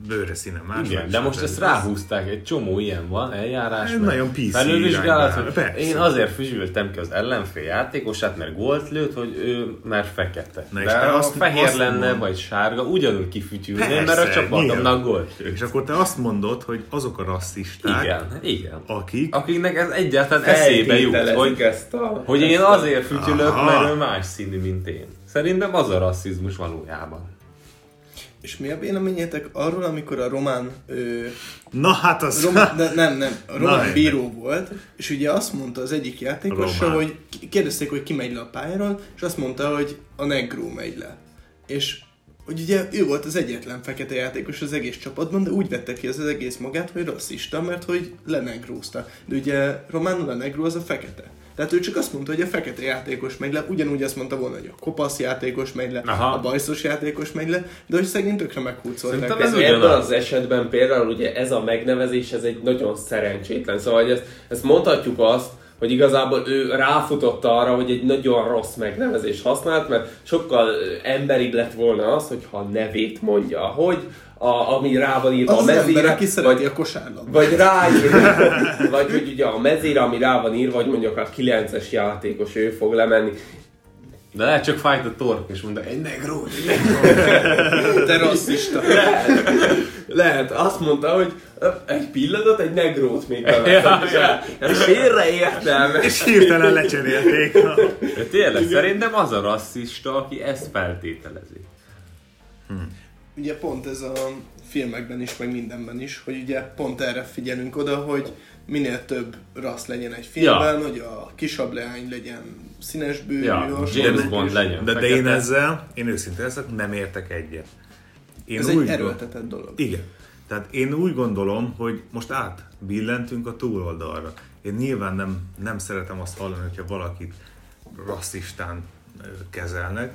Speaker 2: bőre színe más.
Speaker 1: Igen,
Speaker 2: meg
Speaker 1: de
Speaker 2: sem
Speaker 1: most
Speaker 2: tetszik.
Speaker 1: ezt ráhúzták, egy csomó ilyen van, eljárás.
Speaker 2: Ez
Speaker 1: meg
Speaker 2: nagyon PC
Speaker 1: Felülvizsgálat,
Speaker 2: irányba.
Speaker 1: hogy
Speaker 2: Persze.
Speaker 1: én azért füzsültem ki az ellenfél játékosát, mert gólt lőtt, hogy ő már fekete. Na
Speaker 2: Na és
Speaker 1: de
Speaker 2: te
Speaker 1: ha
Speaker 2: azt-
Speaker 1: fehér
Speaker 2: azt
Speaker 1: lenne,
Speaker 2: mond-
Speaker 1: vagy sárga, ugyanúgy kifütyülném,
Speaker 2: Persze,
Speaker 1: mert a csapatomnak
Speaker 2: nyilván.
Speaker 1: gólt lőtt.
Speaker 2: És akkor te azt mondod, hogy azok a rasszisták,
Speaker 1: Igen, igen.
Speaker 2: akik...
Speaker 1: Akiknek ez egyáltalán eszébe jut,
Speaker 3: Feltételezik
Speaker 1: hogy,
Speaker 3: ezt a,
Speaker 1: hogy én
Speaker 3: ezt a-
Speaker 1: azért fütyülök,
Speaker 2: Aha.
Speaker 1: mert ő más színű, mint én. Szerintem az a rasszizmus valójában.
Speaker 4: És mi a véleményetek arról, amikor a román, ö,
Speaker 2: Na hát az...
Speaker 4: román de nem, nem, a román
Speaker 2: Na,
Speaker 4: bíró volt, és ugye azt mondta az egyik játékosra,
Speaker 2: Román.
Speaker 4: hogy kérdezték, hogy ki megy le a pályáról, és azt mondta, hogy a negró megy le. És hogy ugye ő volt az egyetlen fekete játékos az egész csapatban, de úgy vette ki az, az egész magát, hogy rasszista, mert hogy lenegrózta. De ugye román lenegró az a fekete. Tehát ő csak azt mondta, hogy a fekete játékos megy le, ugyanúgy azt mondta volna, hogy a kopasz játékos megy le,
Speaker 1: Aha.
Speaker 4: a bajszos játékos megy le, de hogy szegény tökre meghúzolták.
Speaker 1: Szerintem ez
Speaker 4: Ez...
Speaker 1: úgy-
Speaker 3: Ebben
Speaker 1: ugyanaz.
Speaker 3: az esetben például ugye ez a megnevezés, ez egy nagyon szerencsétlen. Szóval hogy ezt, ezt mondhatjuk azt, hogy igazából ő ráfutott arra, hogy egy nagyon rossz megnevezést használt, mert sokkal ö, emberibb lett volna az, hogyha a nevét mondja, hogy a, ami rá van írva
Speaker 4: Az,
Speaker 3: a
Speaker 4: az ember,
Speaker 3: mezére,
Speaker 4: aki szereti a kosárlabdát.
Speaker 3: vagy ráír, vagy hogy ugye a mezére, ami rá van írva, hogy mondjuk a 9-es játékos, ő fog lemenni.
Speaker 1: De lehet csak fájt a tork, és mondta, egy negró, egy
Speaker 4: Te rasszista.
Speaker 3: Lehet, azt mondta, hogy ö, egy pillanat, egy negrót még Hát beveszem. és el- Ez félre értelme.
Speaker 2: És hirtelen lecserélték.
Speaker 1: De tényleg, szerintem az a rasszista, aki ezt feltételezi.
Speaker 4: Ugye pont ez a filmekben is, meg mindenben is, hogy ugye pont erre figyelünk oda, hogy minél több rassz legyen egy filmben, hogy a kisabb leány legyen színes bőrű,
Speaker 1: Ja,
Speaker 4: hasonló
Speaker 1: James
Speaker 4: és-
Speaker 1: Bond legyen.
Speaker 2: De, de én
Speaker 1: fekete.
Speaker 2: ezzel, én őszinte leszek, nem értek egyet. Én
Speaker 4: Ez egy
Speaker 2: gond-
Speaker 4: erőltetett dolog.
Speaker 2: Igen. Tehát én úgy gondolom, hogy most átbillentünk a túloldalra. Én nyilván nem, nem szeretem azt hallani, hogyha valakit rasszistán ö, kezelnek,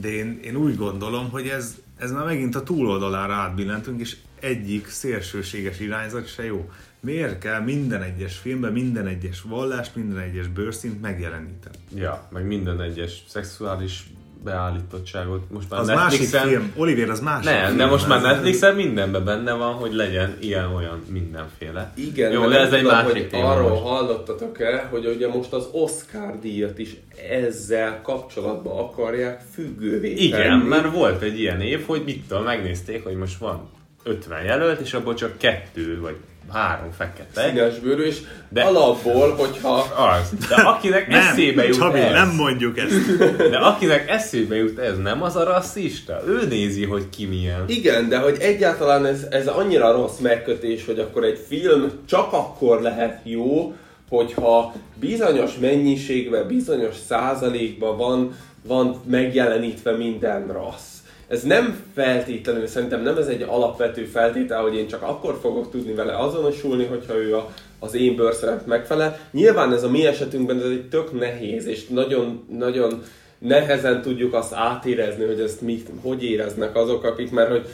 Speaker 2: de én, én úgy gondolom, hogy ez, ez már megint a túloldalára átbillentünk, és egyik szélsőséges irányzat se jó. Miért kell minden egyes filmben, minden egyes vallást, minden egyes bőrszint megjeleníteni?
Speaker 1: Ja, meg minden egyes szexuális beállítottságot. Most már
Speaker 2: Az másik
Speaker 1: Netflixen...
Speaker 2: film. Oliver, az másik
Speaker 1: Nem,
Speaker 2: film.
Speaker 1: de most már
Speaker 2: Ez-
Speaker 1: Netflixen mindenben benne van, hogy legyen ilyen-olyan mindenféle.
Speaker 3: Igen,
Speaker 1: Jó,
Speaker 3: mert
Speaker 1: de
Speaker 3: nem
Speaker 1: ez egy
Speaker 3: tudom,
Speaker 1: másik
Speaker 3: hogy
Speaker 1: téma
Speaker 3: Arról
Speaker 1: most.
Speaker 3: hallottatok-e, hogy ugye most az Oscar díjat is ezzel kapcsolatban akarják függővé
Speaker 1: Igen,
Speaker 3: tenni.
Speaker 1: mert volt egy ilyen év, hogy mit tudom, megnézték, hogy most van 50 jelölt, és abból csak kettő vagy három fekete.
Speaker 3: Színes bőrű, és
Speaker 1: De-
Speaker 3: De. alapból, hogyha
Speaker 1: Az. De akinek
Speaker 2: Nem,
Speaker 1: eszébe jut
Speaker 2: Csabi,
Speaker 1: ez,
Speaker 2: nem mondjuk ezt.
Speaker 1: de akinek eszébe jut ez, nem az a rasszista. Ő nézi, hogy ki milyen.
Speaker 3: igen, de hogy egyáltalán ez, ez annyira rossz megkötés, hogy akkor egy film csak akkor lehet jó, hogyha bizonyos mennyiségben, bizonyos százalékban van, van megjelenítve minden rassz. Ez nem feltétlenül, szerintem nem ez egy alapvető feltétel, hogy én csak akkor fogok tudni vele azonosulni, hogyha ő a, az én bőrszerep megfelel. Nyilván ez a mi esetünkben ez egy tök nehéz, és nagyon, nagyon nehezen tudjuk azt átérezni, hogy ezt mit, hogy éreznek azok, akik, mert hogy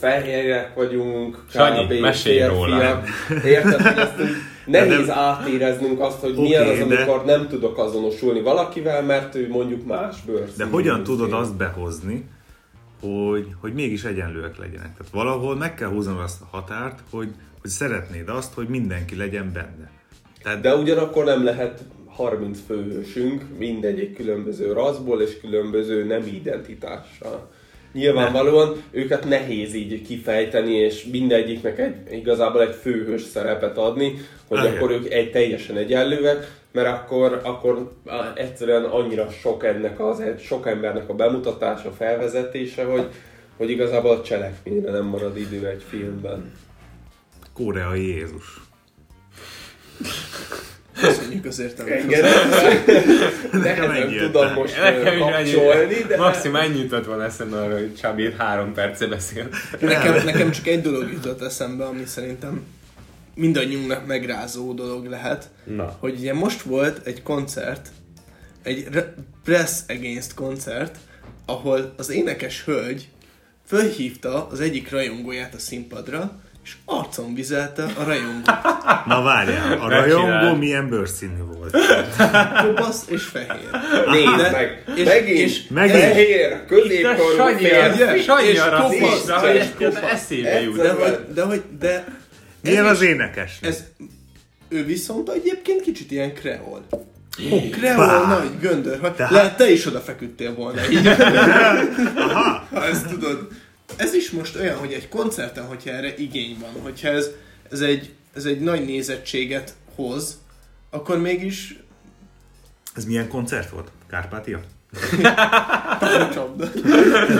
Speaker 3: fehérek vagyunk,
Speaker 1: Sanyi,
Speaker 3: kb.
Speaker 1: mesélj
Speaker 3: férfiak.
Speaker 1: róla.
Speaker 3: Érted, hogy ezt így nehéz
Speaker 2: nem-
Speaker 3: átéreznünk azt, hogy
Speaker 2: Oké,
Speaker 3: milyen az,
Speaker 2: de-
Speaker 3: amikor nem tudok azonosulni valakivel, mert ő mondjuk más bőrszínű.
Speaker 2: De hogyan tudod azt behozni, hogy, hogy mégis egyenlőek legyenek? Tehát valahol meg kell húznod azt a határt, hogy, hogy szeretnéd azt, hogy mindenki legyen benne. Tehát
Speaker 3: De ugyanakkor nem lehet 30 főhősünk, mindegyik különböző raszból és különböző nem identitással. Nyilvánvalóan őket nehéz így kifejteni, és mindegyiknek egy, igazából egy főhős szerepet adni, hogy
Speaker 2: Eljön.
Speaker 3: akkor ők egy teljesen egyenlőek, mert akkor, akkor á, egyszerűen annyira sok ennek az, sok embernek a bemutatása, felvezetése, hogy, hogy igazából a cselekményre nem marad idő egy filmben.
Speaker 2: koreai Jézus.
Speaker 4: Köszönjük azért, amit
Speaker 3: Igen, nehezen
Speaker 2: ennyi
Speaker 3: tudom
Speaker 2: jött.
Speaker 3: most ö,
Speaker 1: Nekem is
Speaker 3: kapcsolni,
Speaker 1: annyi,
Speaker 3: de...
Speaker 1: maximum ennyi jutott van eszembe arra, hogy Csabét három perce beszél.
Speaker 4: Nekem, nekem csak egy dolog jutott eszembe, ami szerintem mindannyiunknak megrázó dolog lehet,
Speaker 1: Na.
Speaker 4: hogy ugye most volt egy koncert, egy re- Press Against koncert, ahol az énekes hölgy fölhívta az egyik rajongóját a színpadra, és arcon vizelte a rajongót.
Speaker 2: Na várjál, a rajongó milyen bőrszínű volt.
Speaker 4: Kopasz és fehér.
Speaker 3: Nézd meg,
Speaker 4: és-
Speaker 3: megint,
Speaker 4: és-
Speaker 2: megint.
Speaker 3: fehér,
Speaker 1: De
Speaker 3: középkorú
Speaker 1: Sanyi,
Speaker 3: férfi.
Speaker 1: a- Sanyi
Speaker 4: és
Speaker 1: a
Speaker 4: kopasz,
Speaker 1: rasszista, hogy
Speaker 3: és
Speaker 1: ezt
Speaker 3: kopasz.
Speaker 1: eszébe jut.
Speaker 4: De hogy, de hogy, de... ez
Speaker 2: Milyen
Speaker 4: is-
Speaker 2: az énekes?
Speaker 4: Ez, ő viszont egyébként kicsit ilyen kreol. Ó, kreol, nagy göndör. Ha, lehet, te is odafeküdtél volna. Így. Aha. Ezt tudod. Ez is most olyan, hogy egy koncerten, hogyha erre igény van, hogyha ez, ez, egy, ez egy nagy nézettséget hoz, akkor mégis
Speaker 2: Ez milyen koncert volt? Kárpátia?
Speaker 4: csapda.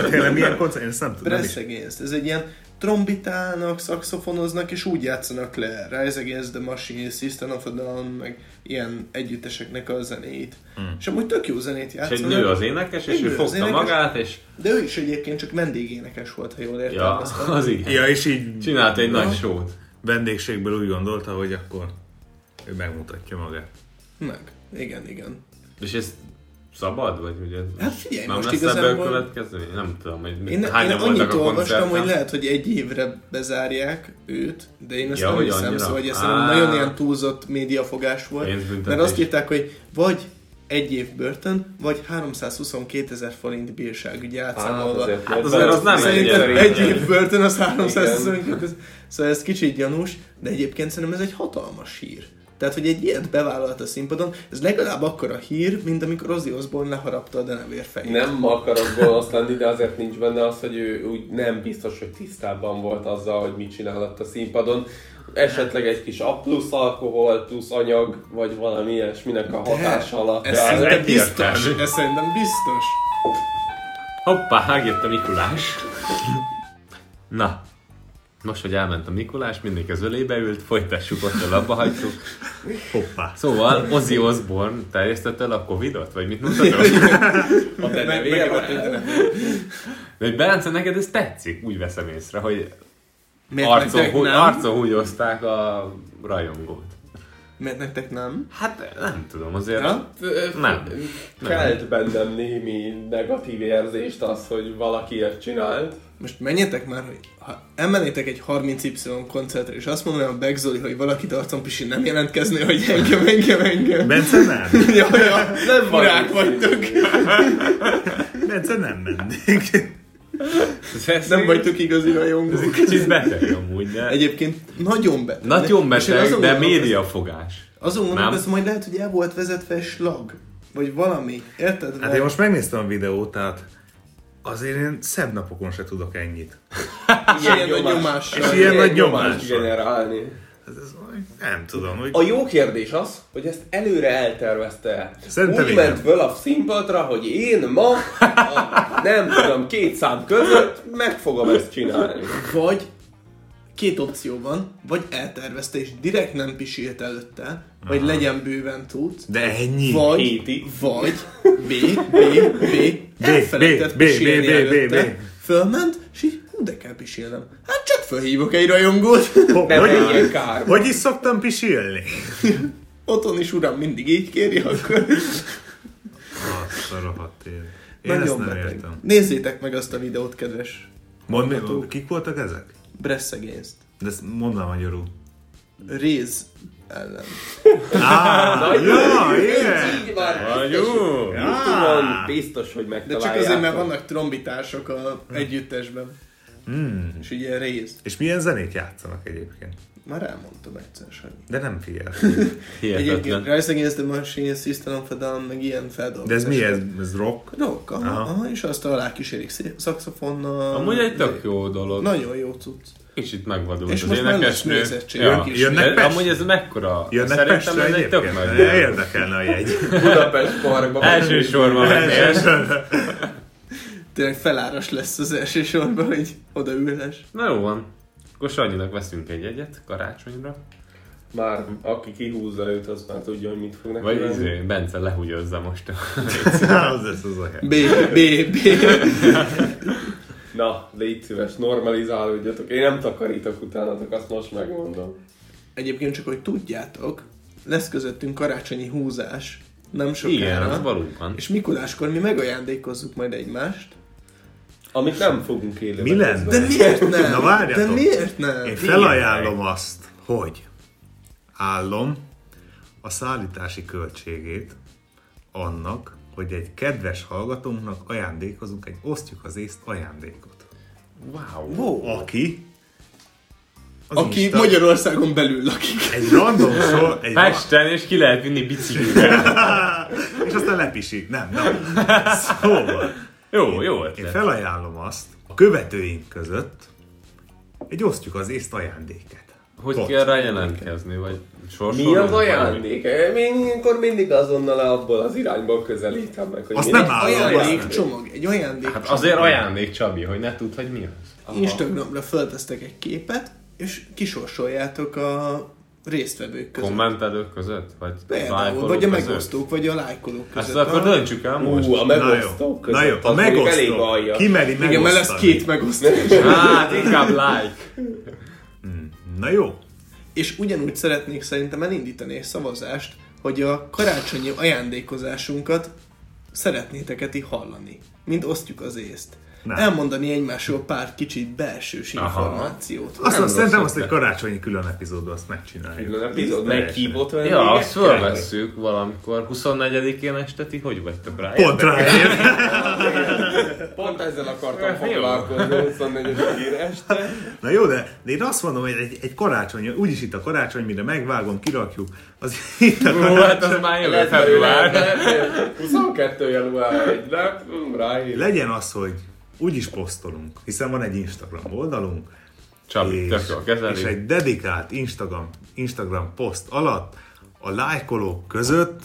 Speaker 2: Tényleg milyen koncert? Én ezt nem tudom. nem
Speaker 4: Press
Speaker 2: is.
Speaker 4: Against. Ez egy ilyen trombitálnak, szakszofonoznak, és úgy játszanak le Rise Against the Machine, System of a Down, meg ilyen együtteseknek a zenéit. Hmm. És amúgy tök jó zenét
Speaker 1: És egy
Speaker 4: játszanak,
Speaker 1: nő az énekes, és
Speaker 4: Egy
Speaker 1: ő
Speaker 4: nő az
Speaker 1: fogta
Speaker 4: énekes.
Speaker 1: magát, és...
Speaker 4: de ő is egyébként csak vendégénekes volt, ha jól
Speaker 1: Ja,
Speaker 4: értelmeztem.
Speaker 1: az igen.
Speaker 2: Ja, és így
Speaker 1: Csinált egy
Speaker 2: Na,
Speaker 1: nagy sót.
Speaker 2: vendégségből úgy gondolta, hogy akkor ő megmutatja magát.
Speaker 4: Meg. Igen, igen.
Speaker 1: És ez szabad, vagy ugye?
Speaker 4: Hát figyelj,
Speaker 1: nem
Speaker 4: most
Speaker 1: lesz igazából... ebből
Speaker 4: igazából-
Speaker 1: következő? Nem tudom, hogy mit-
Speaker 4: Én, én
Speaker 1: hányan voltak
Speaker 4: annyit
Speaker 1: a
Speaker 4: olvastam,
Speaker 1: koncerten.
Speaker 4: hogy lehet, hogy egy évre bezárják őt, de én ezt
Speaker 1: Ja,
Speaker 4: ja, nem
Speaker 1: hogy
Speaker 4: hiszem,
Speaker 1: annyira?
Speaker 4: szóval hogy ez
Speaker 1: Á.
Speaker 4: nagyon ilyen túlzott médiafogás volt.
Speaker 1: Pénzbüntetés.
Speaker 4: Mert azt írták, hogy vagy egy év börtön, vagy 322 ezer forint bírság, ugye átszámolva.
Speaker 1: Hát azért az nem
Speaker 4: Szerintem
Speaker 1: egy-
Speaker 4: egy év börtön az 322
Speaker 3: Igen.
Speaker 4: ezer. Szóval ez kicsit gyanús, de egyébként szerintem ez egy hatalmas hír. Tehát, hogy egy ilyet bevállalt a színpadon, ez legalább akkora hír, mint amikor Ozzy Osbourne leharapta a denevér fejét.
Speaker 3: Nem akarok gonosz lenni, de azért nincs benne az, hogy ő úgy nem biztos, hogy tisztában volt azzal, hogy mit csinálhat a színpadon. Esetleg egy kis a plusz alkohol, plusz anyag, vagy valami ilyesminek a hatás alatt.
Speaker 4: Ez
Speaker 3: áll.
Speaker 4: szerintem
Speaker 1: egyértelmű.
Speaker 4: biztos. Ez szerintem biztos.
Speaker 1: Hoppá, megjött a Mikulás. Na, most, hogy elment a Mikulás, mindenki az ölébe ült, folytassuk ott a labba hagytuk.
Speaker 2: Hoppá.
Speaker 1: Szóval Ozzy Osbourne terjesztette el a Covid-ot, vagy mit mutatott?
Speaker 3: A
Speaker 4: Meg- meg-
Speaker 3: denevére,
Speaker 1: De hogy Bence, neked ez tetszik, úgy veszem észre, hogy
Speaker 4: Miért
Speaker 1: arcon,
Speaker 4: nektek
Speaker 1: hú,
Speaker 4: nem?
Speaker 1: arcon húgyozták a rajongót.
Speaker 4: Miért nektek nem?
Speaker 1: Hát nem tudom, azért
Speaker 4: Ja?
Speaker 1: Nem.
Speaker 3: Kelt bennem némi negatív érzést az, hogy valaki ilyet csinált.
Speaker 4: Most menjetek már, hogy ha elmennétek egy 30Y koncertre, és azt mondanám a Begzoli, hogy valaki arcon pisi nem jelentkezné, hogy engem, engem, engem.
Speaker 2: Bence nem.
Speaker 4: Ja, ja, nem furák vagytok.
Speaker 2: Bence nem mennék.
Speaker 1: Ez
Speaker 4: Nem vagytok igazi rajongók.
Speaker 1: Kicsit beteg amúgy, de...
Speaker 4: Egyébként nagyon beteg.
Speaker 1: Nagyon
Speaker 4: És én
Speaker 1: beteg,
Speaker 4: azon
Speaker 1: de
Speaker 4: gondolkoztam-
Speaker 1: médiafogás.
Speaker 4: Azon
Speaker 1: Nem.
Speaker 4: mondom, ez majd lehet, hogy el volt vezetve egy slag. Vagy valami. Érted?
Speaker 2: Hát én most megnéztem a videót, tehát azért én szebb napokon se tudok ennyit.
Speaker 4: ilyen nagy nyomással.
Speaker 2: És ilyen nagy
Speaker 3: nyomást
Speaker 2: nyomással.
Speaker 3: generálni.
Speaker 2: Ez, ez, nem tudom, hogy...
Speaker 3: A jó kérdés az, hogy ezt előre eltervezte
Speaker 2: Szerintem
Speaker 3: Úgy
Speaker 2: igen.
Speaker 3: ment föl a színpadra, hogy én ma, a, nem tudom, két szám között meg fogom ezt csinálni.
Speaker 4: Vagy két opció van, vagy eltervezte és direkt nem pisilt előtte, vagy legyen bőven tud,
Speaker 2: De ennyi?
Speaker 4: vagy,
Speaker 3: Héti.
Speaker 4: vagy, B, B, B, elfelejtett
Speaker 2: B, B,
Speaker 4: pisilni
Speaker 2: B, B, B,
Speaker 4: előtte,
Speaker 2: B.
Speaker 4: fölment, és így, hú, de kell pisilnem. Hát csak fölhívok egy rajongót.
Speaker 2: Ho-
Speaker 3: Nem egy
Speaker 2: hogy,
Speaker 3: ilyen kár.
Speaker 2: hogy is szoktam pisilni?
Speaker 4: Otthon is uram mindig így kéri, akkor
Speaker 2: Azt a rohadt élet. Én ezt
Speaker 4: nagyon
Speaker 2: nem
Speaker 4: beteg.
Speaker 2: értem.
Speaker 4: Nézzétek meg azt a videót, kedves
Speaker 2: Mondd, mi- kik voltak ezek?
Speaker 4: Bress Against.
Speaker 2: De ezt mondd el magyarul.
Speaker 4: Réz ellen.
Speaker 2: Á, jó, igen!
Speaker 3: Így már
Speaker 1: Vagyó!
Speaker 3: Youtube-on biztos, hogy
Speaker 4: De csak
Speaker 3: megtalálják.
Speaker 4: azért, mert vannak trombitások a együttesben.
Speaker 2: Hmm.
Speaker 4: Mm. És ugye Réz.
Speaker 2: És milyen zenét játszanak egyébként?
Speaker 4: Már elmondtam egyszer, Sanyi.
Speaker 2: De nem figyel.
Speaker 4: Egyébként
Speaker 1: Hihetetlen.
Speaker 4: Rise Against the Machine, System of a Down, meg ilyen feldolgozás.
Speaker 2: De ez mi ez? Ez rock?
Speaker 4: Rock, aha,
Speaker 2: Aha.
Speaker 4: aha. és azt alá kísérik szé- szaxofonnal.
Speaker 1: Amúgy egy tök jó dolog.
Speaker 4: Nagyon jó cucc.
Speaker 1: Kicsit megvadult
Speaker 4: És
Speaker 1: az
Speaker 4: most mennek
Speaker 1: énekesnő.
Speaker 4: nézettség.
Speaker 1: Ja.
Speaker 4: Jön-
Speaker 2: jönnek
Speaker 1: Ez-
Speaker 2: Pestre?
Speaker 1: Amúgy ez mekkora?
Speaker 2: Jönnek
Speaker 1: Szerintem
Speaker 2: Pestre
Speaker 1: ez egy tök
Speaker 2: egyébként?
Speaker 1: nagy
Speaker 2: De
Speaker 1: dolog.
Speaker 2: Érdekelne a jegy.
Speaker 3: Budapest parkban.
Speaker 1: Elsősorban mennél.
Speaker 4: Tényleg feláras lesz az első sorban, hogy odaülhess.
Speaker 1: Na jó van. Akkor Sanyinak veszünk egy egyet karácsonyra.
Speaker 3: Már aki kihúzza őt, az már tudja, hogy mit fognak
Speaker 1: Vagy
Speaker 3: csinálni.
Speaker 1: izé, Bence lehúgyozza most.
Speaker 2: Az lesz az a hely.
Speaker 4: B, B, B.
Speaker 3: Na, légy szíves, normalizálódjatok. Én nem takarítok utánatok, azt most megmondom.
Speaker 4: Egyébként csak, hogy tudjátok, lesz közöttünk karácsonyi húzás. Nem sokára.
Speaker 1: Igen, az valóban.
Speaker 4: És Mikuláskor mi megajándékozzuk majd egymást.
Speaker 3: Amit nem fogunk élőben.
Speaker 2: Mi lenne?
Speaker 3: közben.
Speaker 4: De miért nem?
Speaker 2: Na, várjatok.
Speaker 4: De miért nem?
Speaker 2: Én felajánlom azt, hogy állom a szállítási költségét annak, hogy egy kedves hallgatónknak ajándékozunk egy osztjuk az észt ajándékot.
Speaker 1: Wow.
Speaker 4: Wow.
Speaker 2: Aki az
Speaker 4: Aki
Speaker 2: Insta-
Speaker 4: Magyarországon belül lakik.
Speaker 2: egy random sor, egy ra-
Speaker 1: Pesten, és ki lehet vinni biciklivel.
Speaker 2: és aztán lepisít. Nem, nem. Szóval,
Speaker 1: Jó, jó
Speaker 2: én
Speaker 1: ötlet.
Speaker 2: felajánlom azt, a követőink között egy osztjuk az észt ajándéket.
Speaker 1: Hogy
Speaker 2: Pont.
Speaker 1: kell rá jelentkezni, vagy sorsolni?
Speaker 3: Mi az ajándék? Én ilyenkor mindig azonnal abból az irányból közelítem meg, hogy
Speaker 2: Azt
Speaker 3: mi-
Speaker 2: nem áll.
Speaker 4: Ajándék csomag, egy ajándék.
Speaker 1: Hát azért ajándék, Csabi, hogy ne tudd, hogy mi az.
Speaker 4: Instagramra föltesztek egy képet, és kisorsoljátok a résztvevők között.
Speaker 1: Kommentelők között? Vagy
Speaker 4: Például,
Speaker 1: lájkolók
Speaker 4: vagy a
Speaker 1: között?
Speaker 4: megosztók, vagy a lájkolók
Speaker 1: Hát ezt
Speaker 4: között.
Speaker 1: akkor
Speaker 4: Aha.
Speaker 1: döntsük el most.
Speaker 3: Ú, a megosztók
Speaker 2: Na jó,
Speaker 3: között.
Speaker 2: a
Speaker 3: az mondjuk Elég
Speaker 2: megosztó.
Speaker 3: alja.
Speaker 2: Ki meri megosztani?
Speaker 4: Igen, mert lesz két megosztó.
Speaker 1: Hát, inkább like.
Speaker 2: Na jó,
Speaker 4: És ugyanúgy szeretnék szerintem elindítani egy szavazást, hogy a karácsonyi ajándékozásunkat szeretnétek ti hallani, mint osztjuk az észt.
Speaker 2: Nem.
Speaker 4: Elmondani egymásról pár kicsit belsős
Speaker 1: Aha.
Speaker 4: információt.
Speaker 2: Azt
Speaker 1: Nem
Speaker 2: azt szerintem
Speaker 1: rossz
Speaker 2: azt egy
Speaker 1: ötlet.
Speaker 2: karácsonyi külön epizódban azt megcsináljuk.
Speaker 3: Külön epizód,
Speaker 2: Teljesen.
Speaker 3: meghívott
Speaker 1: Ja, azt
Speaker 3: vendégek.
Speaker 1: fölvesszük valamikor. 24-én este ti hogy vagytok rá?
Speaker 2: Pont ráér.
Speaker 3: Pont ezzel akartam
Speaker 1: Jó.
Speaker 3: foglalkozni 24 este.
Speaker 2: Na jó, de de én azt mondom, hogy egy, egy karácsony, úgyis itt a karácsony, mire megvágom, kirakjuk, az itt a
Speaker 1: Ó,
Speaker 2: karácsony.
Speaker 1: hát az már jövő
Speaker 3: Lehet, hogy
Speaker 1: február.
Speaker 3: lehet, 22. január egy nap, hm, ráír.
Speaker 2: Legyen az, hogy úgyis posztolunk, hiszen van egy Instagram oldalunk,
Speaker 1: Csabi,
Speaker 2: és,
Speaker 1: tök jól
Speaker 2: és
Speaker 1: kezeli.
Speaker 2: egy dedikált Instagram, Instagram poszt alatt a lájkolók között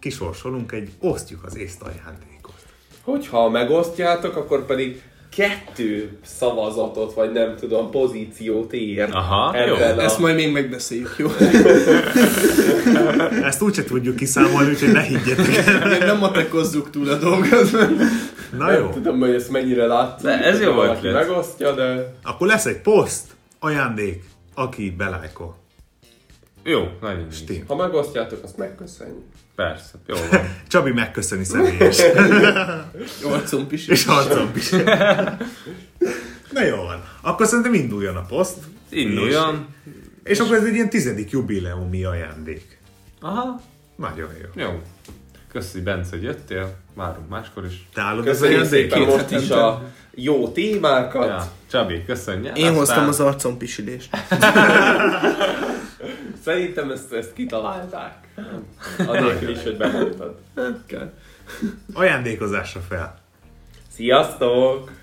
Speaker 2: kisorsolunk egy osztjuk az észt ajándékot.
Speaker 3: Hogyha megosztjátok, akkor pedig kettő szavazatot, vagy nem tudom, pozíciót ér.
Speaker 1: Aha, jó.
Speaker 3: ebben
Speaker 4: Ezt
Speaker 3: A...
Speaker 4: majd még megbeszéljük, jó?
Speaker 2: Ezt úgyse tudjuk kiszámolni, úgyhogy ne higgyetek el.
Speaker 4: Még nem matekozzuk túl a dolgot.
Speaker 2: Na jó,
Speaker 3: Tudom, hogy ezt mennyire látsz.
Speaker 1: De ez jó
Speaker 3: valaki
Speaker 1: ötlet.
Speaker 3: megosztja, de
Speaker 2: akkor lesz egy poszt, ajándék, aki belájkol.
Speaker 1: Jó, nagyon így.
Speaker 2: Tim.
Speaker 3: ha megosztjátok, azt megköszönjük.
Speaker 1: Persze, jó van.
Speaker 2: Csabi megköszöni személyesen.
Speaker 4: Arcom pisil.
Speaker 2: és harcom is. Na jó van. Akkor szerintem induljon a poszt.
Speaker 1: Induljon.
Speaker 2: És, és akkor ez egy ilyen tizedik jubileumi ajándék.
Speaker 1: Aha,
Speaker 2: Nagyon jó.
Speaker 1: jó. Köszi Bence, hogy jöttél. Várunk máskor is.
Speaker 2: Tálod az
Speaker 3: Köszönjük
Speaker 2: ajándék?
Speaker 3: szépen
Speaker 4: Két
Speaker 3: most is
Speaker 4: hetente.
Speaker 3: a jó témákat.
Speaker 1: Ja, Csabi, köszönjük.
Speaker 4: Én hoztam az arcom pisilést.
Speaker 3: Szerintem ezt, ezt kitalálták. Anélkül is, hogy bemondtad.
Speaker 4: Kell.
Speaker 2: Ajándékozásra fel.
Speaker 3: Sziasztok!